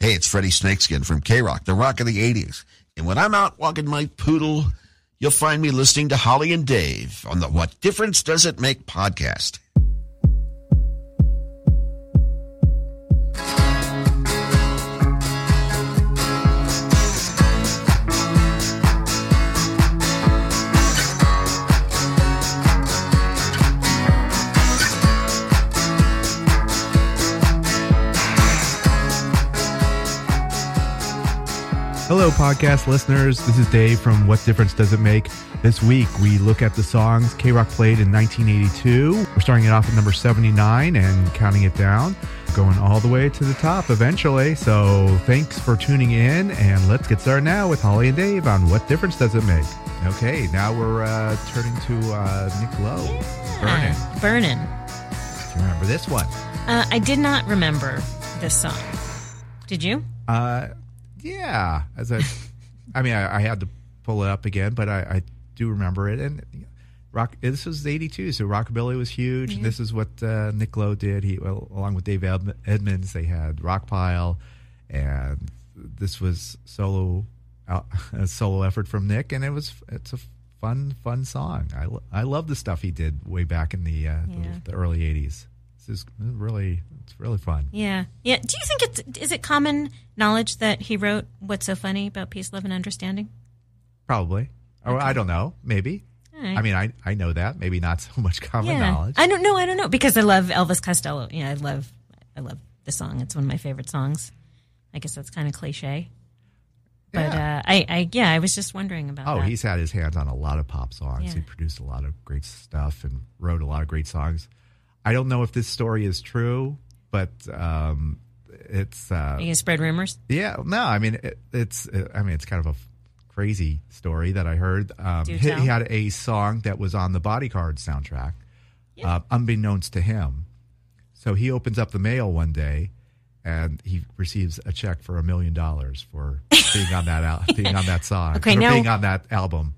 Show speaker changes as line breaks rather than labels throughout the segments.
Hey, it's Freddie Snakeskin from K Rock, the rock of the 80s. And when I'm out walking my poodle, you'll find me listening to Holly and Dave on the What Difference Does It Make podcast.
Hello, podcast listeners. This is Dave from What Difference Does It Make? This week, we look at the songs K Rock played in 1982. We're starting it off at number 79 and counting it down, going all the way to the top eventually. So, thanks for tuning in, and let's get started now with Holly and Dave on What Difference Does It Make? Okay, now we're uh, turning to uh, Nick Lowe. Burning.
Ah, Burnin'.
Do you remember this one?
Uh, I did not remember this song. Did you?
Uh, yeah. As I, I mean, I, I had to pull it up again, but I, I do remember it. And rock. This was '82, so rockabilly was huge. And this is what uh, Nick Lowe did. He, well, along with Dave Ed- Edmonds, they had Rockpile, and this was solo, out a solo effort from Nick, and it was it's a fun, fun song. I, lo- I love the stuff he did way back in the uh,
Yeah.
the, the early '80s. This is really it's really fun.
Yeah. Yeah. Do you think it's is it common knowledge that he wrote "What's So Funny About Peace, Love, and Understanding"?
Probably. Or I don't know. Maybe.
All right.
I mean, I, I know that. Maybe not so much common
yeah.
knowledge.
I don't know. I don't know because I love Elvis Costello. Yeah, I love I love the song. It's one of my favorite songs. I guess that's kind of cliche, but
Yeah.
uh, I, I yeah, I was just wondering about.
oh,
that.
he's had his hands on a lot of pop songs. He
Yeah.
produced a lot of great stuff and wrote a lot of great songs. I don't know if this story is true, but um, it's uh,
Are you gonna spread rumors.
yeah. No, I mean it, it's uh, I mean it's kind of a f- crazy story that I heard. Um,
Do
he,
tell.
he had a song that was on the Bodyguard soundtrack, uh, unbeknownst to him. So he opens up the mail one day, and he receives a check for a million dollars for being on that al- being on that song,
Okay,
for
now-
being on that album.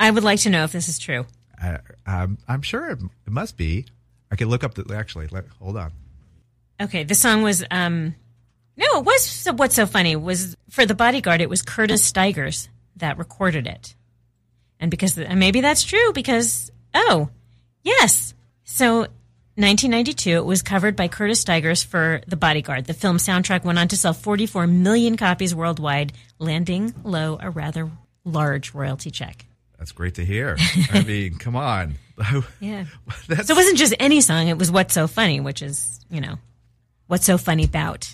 I would like to know if this is true.
I, I'm, I'm sure it, it must be. I can look up the actually. Let, hold on.
Okay, the song was um no, it was so what's so funny was for the bodyguard it was Curtis Stigers that recorded it. And because and maybe that's true because oh, yes. So 1992 it was covered by Curtis Stigers for The Bodyguard. The film soundtrack went on to sell 44 million copies worldwide, landing Lowe a rather large royalty check.
That's great to hear. I mean, come on.
Yeah.
That's,
So it wasn't just any song, it was What's So Funny, which is, you know, what's so funny about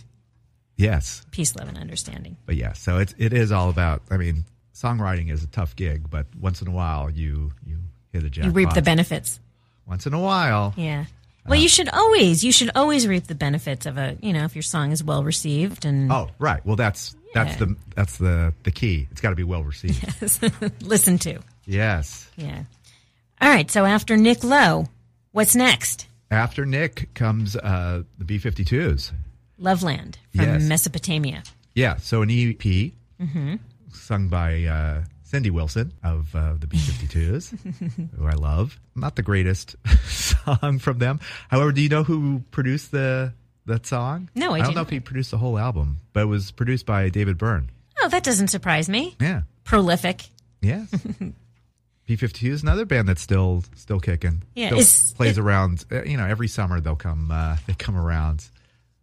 yes.
peace, love and understanding.
but yeah, so it's it is all about. I mean, songwriting is a tough gig, but once in a while you you hit a jackpot.
You reap the benefits.
Once in a while,
Yeah. Well, you should always you should always reap the benefits of a you know if your song is well received and
oh right. Well, that's that's
Yeah.
the that's the the key. It's got to be well received.
listened to.
Yes.
Yeah. All right. So after Nick Lowe, what's next?
After Nick comes uh, the B 52s.
Loveland from
Yes.
Mesopotamia.
Yeah, so an EP
Mm-hmm.
sung by uh, Cindy Wilson of uh, the B 52s, who I love. Not the greatest song from them. However, do you know who produced the that song?
No, I
don't
do
know
not.
if he produced the whole album, but it was produced by David Byrne.
Oh, that doesn't surprise me.
Yeah,
Prolific.
yes. B 52 is another band that's still still kicking.
Yeah,
Still
it's-
plays
it-
around. uh, You know, every summer they'll come uh, they come around.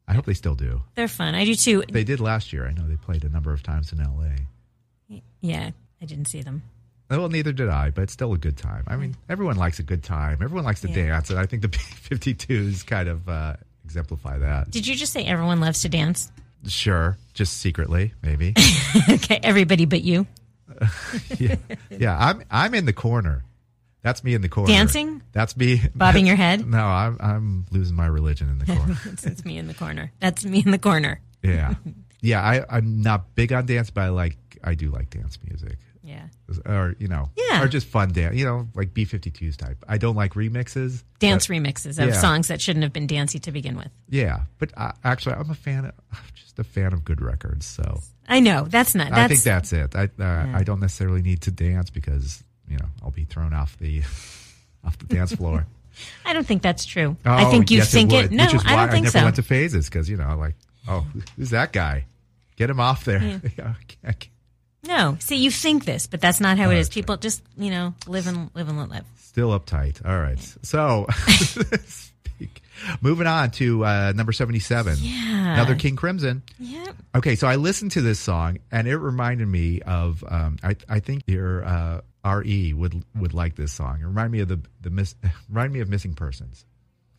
I hope they still do.
They're fun. I do too.
They did last year. I know they played a number of times in L.A.
Yeah, I didn't see them.
Well, neither did I, but it's still a good time. I mean, everyone likes a good time. Everyone likes to
Mm. Yeah.
dance, and I think the Big 52s kind of uh, exemplify that.
Did you just say everyone loves to dance?
Sure, just secretly, maybe.
okay, everybody but you.
yeah, yeah. I'm I'm in the corner. That's me in the corner.
Dancing?
That's me
Bobbing your head?
No, I'm I'm losing my religion in the corner.
It's, it's me in the corner. That's me in the corner.
yeah, yeah. I I'm not big on dance, but I like I do like dance music.
Yeah.
Or you know,
Yeah.
or just fun dance. You know, like B52s type. I don't like remixes.
Dance remixes of
yeah.
songs that shouldn't have been dancey to begin with.
Yeah, but I, actually, I'm a fan. Of, I'm just a fan of good records. So
I know. That's not. That's,
I think that's it. I uh, I don't necessarily need to dance because you know I'll be thrown off the off the dance floor.
I don't think that's true.
Oh,
I think you
yes,
think
would,
it. No,
which is why
I don't think
never
so.
went to phases because you know, like, oh, who's that guy? Get him off there. Yeah, I can't-
no. See, you think this, but that's not how
Oh,
it is.
that's right.
People just, you know, live and live and let live.
Still uptight. All right. So, speak- moving on to uh, number seventy-seven.
Yeah.
Another King Crimson.
Yep.
Okay, so I listened to this song and it reminded me of um, I, I think your uh, RE would would like this song. It reminded me of the the miss, remind me of missing persons.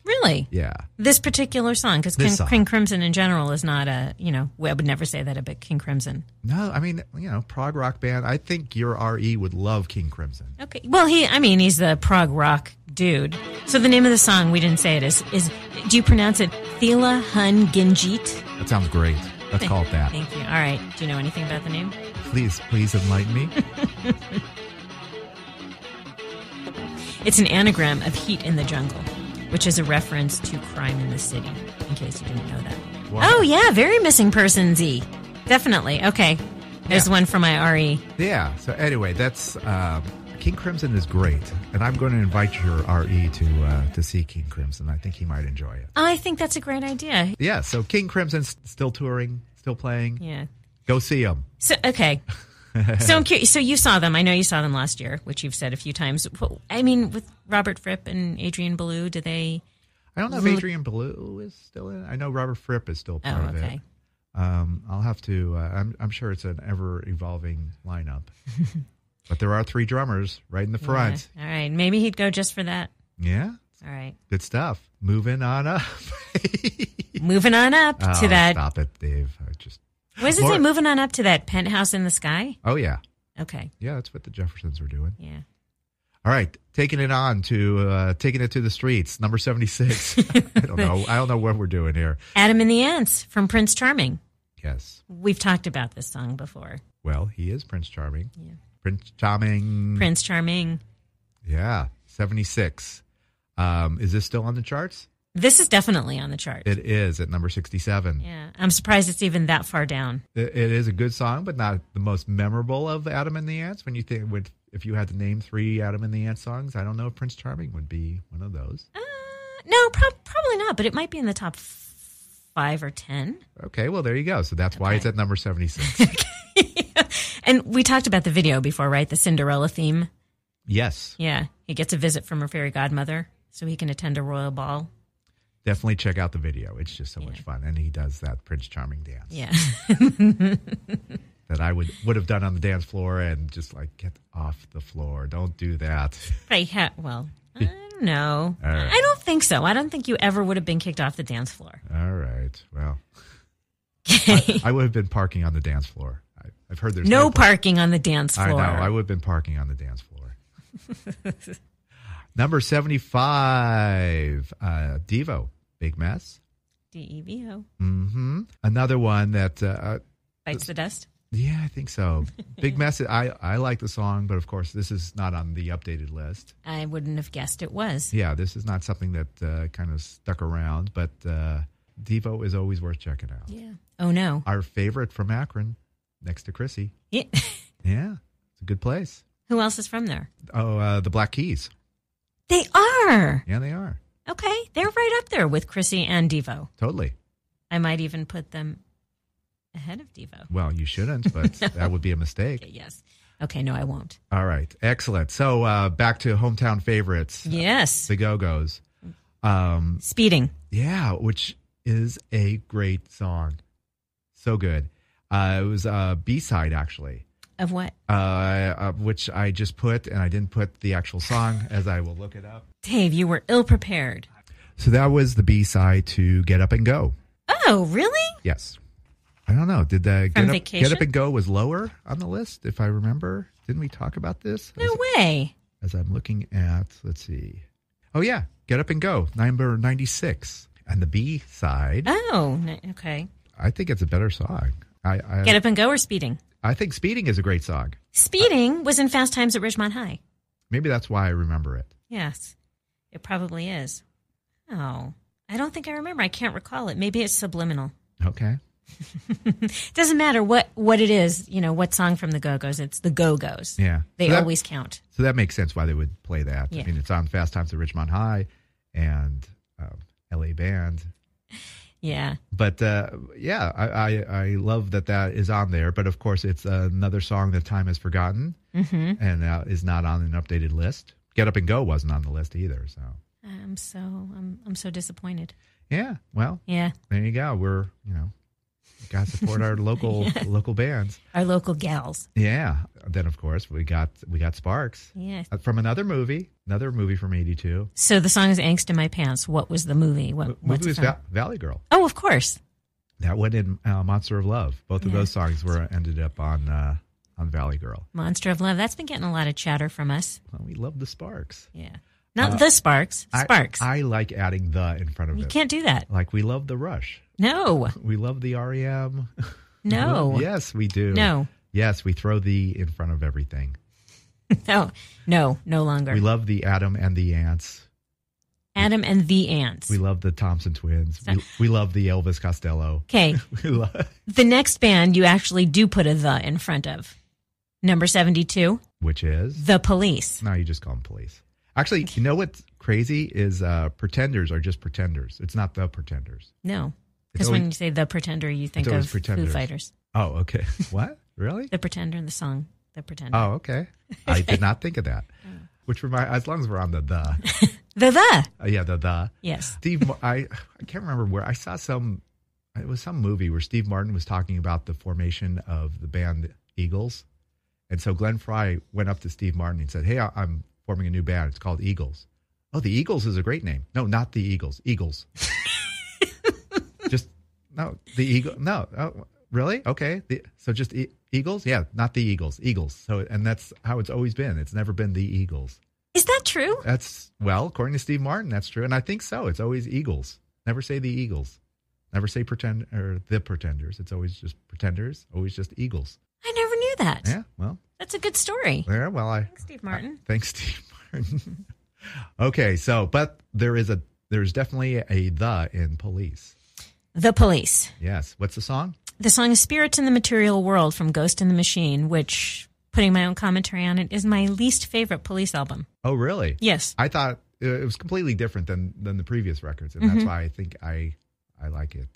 Really.
Yeah.
This particular song, because
This
King,
song.
King Crimson in general is not a, you know, I would never say that about King Crimson.
No, I mean, you know, prog rock band. I think your RE would love King Crimson.
Okay. Well, he, I mean, he's the prog rock dude. So the name of the song, we didn't say it, is, is do you pronounce it Thila Hun Ginjit?
That sounds great. Let's call it that.
Thank you. All right. Do you know anything about the name?
Please, please enlighten me.
It's an anagram of heat in the jungle, which is a reference to crime in the city, in case you didn't know that.
Wow.
Oh, yeah. Very missing persons y. Definitely. Okay. There's
Yeah.
one for my E. RE.
Yeah. So anyway, that's um, King Crimson is great, and I'm going to invite your RE to uh, to see King Crimson. I think he might enjoy it.
Oh, I think that's a great idea.
Yeah. So King Crimson's still touring, still playing.
Yeah.
Go see him.
So okay. so I'm curious. So you saw them. I know you saw them last year, which you've said a few times. Wh- I mean, with Robert Fripp and Adrian Ballou, do they?
I don't know if Adrian Blue is still in. it. I know Robert Fripp is still part
Oh,
of
okay.
it. Um, I'll have to. Uh, I'm, I'm sure it's an ever evolving lineup, but there are three drummers right in the front.
Yeah. All right. Maybe he'd go just for that.
Yeah,
All right.
good stuff. Moving on up
Moving on up
Oh,
to that.
Stop it, Dave. I just.
What does it say?
More-
Moving on up to that penthouse in the sky.
Oh yeah,
Okay.
yeah. That's what the Jeffersons were doing.
Yeah.
All right, taking it on to uh, taking it to the streets. Number seventy six. I don't know. I don't know what we're doing here.
Adam and the Ants from Prince Charming.
Yes.
We've talked about this song before.
Well, he is Prince Charming.
Yeah.
Prince Charming.
Prince Charming.
Yeah, 76. Um, is this still on the charts?
This is definitely on the chart.
It is at number 67.
yeah. I'm surprised it's even that far down.
It, it is a good song, but not the most memorable of Adam and the Ants. When you think, would, if you had to name three Adam and the Ants songs, I don't know if Prince Charming would be one of those.
Uh, no, prob- probably not, but it might be in the top f- five or 10.
Okay, well, there you go. So that's why it's at number 76.
and we talked about the video before, right? The Cinderella theme.
yes,
Yeah. He gets a visit from her fairy godmother so he can attend a royal ball.
definitely check out the video. It's just so much fun. And he does that Prince Charming dance
Yeah.
that I would, would have done on the dance floor and just like, get off the floor. Don't do that.
Probably ha- well, I don't know.
All right.
I don't think so. I don't think you ever would have been kicked off the dance floor.
All right. Well,
Okay.
I would have been parking on the dance floor. I, I've heard there's
no
no, parking.
parking on the dance floor.
I know. I would have been parking on the dance floor. Number 75, uh, Devo, Big Mess.
E D-E-V-O.
hmm Another one that, uh, uh,
Bites the dust.
yeah, I think so. Big Mess, I, I like the song, but of course, this is not on the updated list.
I wouldn't have guessed it was.
Yeah, this is not something that uh, kind of stuck around, but uh, Devo is always worth checking out.
Yeah. Oh no.
Our favorite from Akron, next to Chrissy.
Yeah.
Yeah, it's a good place.
Who else is from there?
Oh, uh, the Black Keys.
They are.
Yeah, they are.
Okay. They're right up there with Chrissy and Devo.
Totally.
I might even put them ahead of Devo.
Well, you shouldn't, but that would be a
Okay,
mistake.
yes. Okay, no, I won't.
All right. Excellent. So uh, back to hometown favorites,
Yes.
the Go Go's. Um,
Speeding.
yeah, which is a great song. So good. Uh, it was a B side, actually,
Of what?
uh, uh, which I just put, and I didn't put the actual song as I will look it up.
Dave, you were ill prepared.
So that was the B side to Get Up and Go.
Oh, really?
Yes. I don't know. Did the Get
From
Up,
Vacation?
Get Up and Go was lower on the list, if I remember? Didn't we talk about this?
No
as,
way.
as I'm looking at, let's see. Oh, yeah. Get Up and Go, number 96. And the B side,
Oh, n- okay.
I think it's a better song. I, I,
Get up and go or speeding?
I think Speeding is a great song.
Speeding was in Fast Times at Ridgemont High.
Maybe that's why I remember it.
Yes, it probably is. Oh, I don't think I remember. I can't recall it. Maybe it's subliminal.
Okay.
Doesn't matter what what it is. You know what song from the Go Go's? It's the Go Go's.
Yeah.
they
So that-
always count.
So that makes sense why they would play that.
Yeah.
I mean, it's on Fast Times at Richmond High and um, LA Band.
Yeah,
But uh, yeah, I, I, I love that that is on there. But of course, it's another song that time has forgotten
Mm-hmm.
and uh, is not on an updated list. Get Up and Go wasn't on the list either. So
I'm so I'm I'm so disappointed.
yeah, well,
Yeah,
there you go. We're, you know, got to support our local local bands.
our local gals.
Yeah. Then of course we got we got Sparks
Yeah.
Uh, from another movie, another movie from '82.
So the song is "Angst in My Pants." What was the movie? What what's
Movie
it
was
from?
Va- Valley Girl.
Oh, of course.
That one in uh, Monster of Love. Both of
Yeah.
those songs were ended up on uh, on Valley Girl.
Monster of Love. That's been getting a lot of chatter from us.
Well, we love the Sparks.
Yeah. Not the Sparks.
Uh, I-
Sparks.
I, like adding the in front of
you
it.
can't do that.
Like we love the Rush.
No.
We love the REM.
No.
yes, we do.
No.
Yes, we throw the in front of everything.
No. No. No longer.
We love the Adam and the Ants.
Adam and the Ants.
We love the Thompson Twins. We, we love the Elvis Costello.
Okay.
We love,
The next band you actually do put a the in front of. Number 72,
which is
The Police.
no, you just call them police. Actually, you know what's crazy is uh, Pretenders are just Pretenders. It's not the Pretenders.
No.
It's
Because when
always-
you say The Pretender, you think
always
of Foo
Pretenders.
Fighters.
Oh, okay. what? Really?
The Pretender and the song The Pretender.
Oh, okay. I did not think of that. Which remind as long as we're on the the.
The The.
Uh, yeah, the the
Yes.
Steve. Mar- I I can't remember where I saw some. It was some movie where Steve Martin was talking about the formation of the band Eagles, and so Glenn Fry went up to Steve Martin and said, "Hey, I, I'm forming a new band. It's called Eagles." Oh, the Eagles is a great name. No, not the Eagles. Eagles. just no, the Eagle. No, oh, really? Okay. The, so just e- Eagles? Yeah, not the Eagles. Eagles. So, and that's how it's always been. It's never been the Eagles.
Is that true?
That's well, according to Steve Martin, that's true, and I think so. It's always Eagles. Never say the Eagles. Never say pretend or the Pretenders. It's always just Pretenders. Always just Eagles.
I never knew that.
Yeah. Well.
That's a good story.
There. Well, I.
Thanks, Steve Martin.
Thanks, Steve Martin. okay. So, but there is a there's definitely a the in Police.
The Police.
Yes. What's the song?
The song is Spirits in the Material World from Ghost in the Machine, which, putting my own commentary on it, is my least favorite police album.
Oh, really?
Yes.
I thought it it was completely different than than the previous records, and that's why I think I I like it.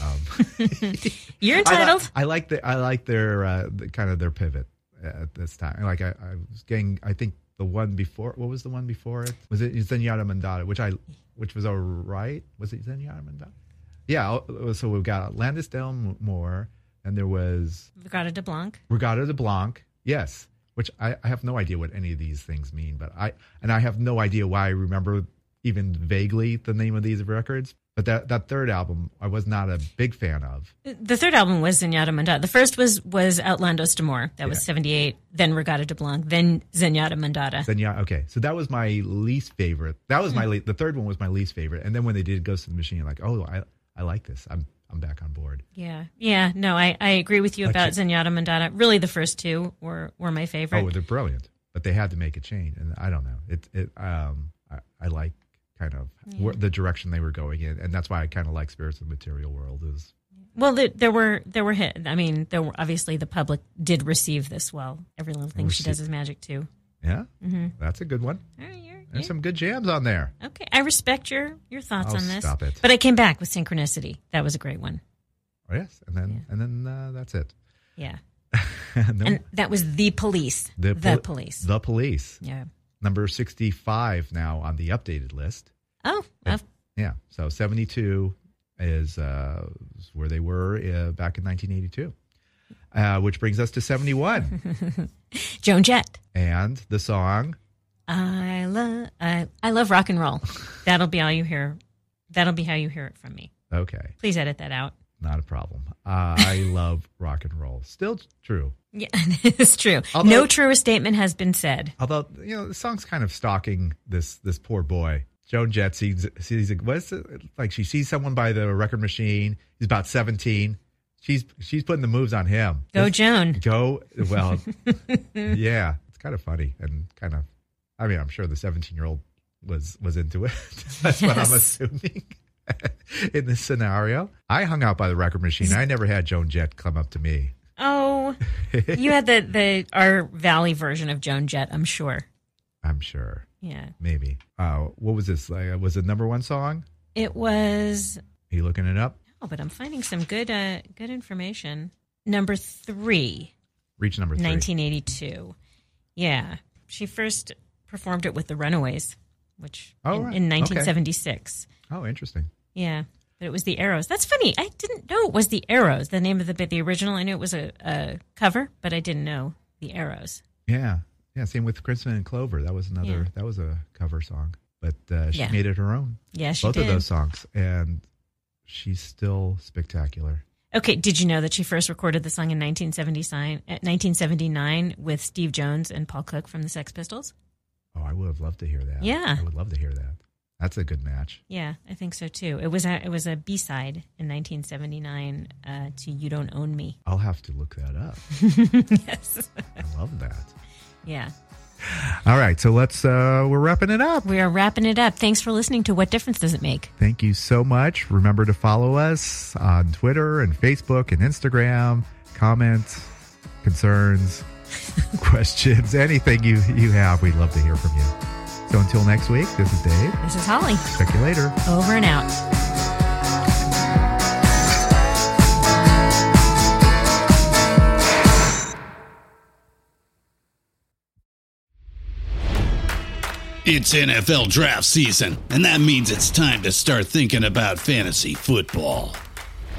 Um,
You're
I,
entitled.
li- I like the I like their uh, the, kind of their pivot at this time. Like I, I was getting, I think the one before. What was the one before it? Was it Zenyatta Mandata, which I which was all right. Was it Zenyatta Mandata? Yeah. oh, So we've got Landis Del Moore, and there was
Regatta de Blanc.
Regatta de Blanc. Yes. Which I, I have no idea what any of these things mean, but I and I have no idea why I remember even vaguely the name of these records. But that, that third album, I was not a big fan of.
The third album was Zenyatta Mandata. The first was was Outlandos d'Amour. That was 78. Then Regatta de Blanc. Then Zenyatta Mandata.
Then yeah, okay. So that was my least favorite. That was my
Hmm.
le- the third one was my least favorite. And then when they did Ghost in the Machine, like, oh, I I like this. I'm I'm back on board.
yeah. Yeah. No, I, I agree with you about Zenyatta Mandata. Really, the first two were, were my favorite.
Oh, they're brilliant, but they had to make a change. And I don't know. It it um I, I like kind of where, the direction they were going in, and that's why I kind of like Spirits of the Material World is
well, there, there were there were hit. I mean, there were, obviously the public did receive this well. Every little thing she
Receive-
does is magic too.
yeah.
Mm-hmm.
That's a good one.
All right, you're,
There's some good jams on there.
Okay, I respect your your thoughts
Oh,
on this.
stop it.
But I came back with synchronicity. That was a great one.
Oh, yes, and then and then uh, that's it.
Yeah,
and
and
then
that was the police. The,
pol-
police.
The police.
yeah.
Number sixty five now on the updated list.
Oh, of-
Yeah. So 72 is, uh, is where they were uh, back in 1982, uh, which brings us to 71
Joan Jett.
and the song.
I love I, I love rock and roll. That'll be all you hear. That'll be how you hear it from me.
Okay,
Please edit that out.
not a problem. Uh, I love rock and roll. Still true.
Yeah, it's true.
Although-
no truer statement has been said.
Although you know the song's kind of stalking this this poor boy. Joan Jett sees sees what's it, like she sees someone by the record machine. He's about seventeen. She's she's putting the moves on him.
Go Joan.
Go well, yeah. It's kind of funny and kind of. I mean, I'm sure the 17 year old was was into it. That's what I'm
Yes.
assuming in this scenario. I hung out by the record machine. I never had Joan Jett come up to me.
Oh, you had the the our Valley version of Joan Jett. I'm sure.
I'm sure,
Yeah,
maybe. Uh, what was this? Like, was it number one song?
it was.
Are you looking it up?
Oh, but I'm finding some good uh, good information. Number three.
Reach number three.
1982. Yeah. She first performed it with the Runaways, which
Oh,
in,
right.
in
Okay.
1976.
Oh, interesting.
Yeah. But it was the Arrows. That's funny. I didn't know it was the Arrows, the name of the the original. I knew it was a, a cover, but I didn't know the Arrows.
Yeah, yeah. Same with Crimson and Clover. That was another.
Yeah.
That was a cover song, but uh, she
Yeah.
made it her own.
Yeah, she
both
did.
of those songs, and she's still spectacular.
Okay, did you know that she first recorded the song in 1979, at 1979 with Steve Jones and Paul Cook from the Sex Pistols?
Oh, I would have loved to hear that.
Yeah.
I would love to hear that. That's a good match.
Yeah, I think so too. It was a, it was a B-side in 1979 uh, to You Don't Own Me.
I'll have to look that up.
yes.
I love that.
Yeah.
All right, so let's. uh We're wrapping it up.
We are wrapping it up. Thanks for listening to What Difference Does It Make?
Thank you so much. Remember to follow us on Twitter and Facebook and Instagram. Comments, concerns, questions, anything you you have, we'd love to hear from you. So until next week, this is Dave.
This is Holly.
Check you later.
Over and out.
It's NFL draft season, and that means it's time to start thinking about fantasy football.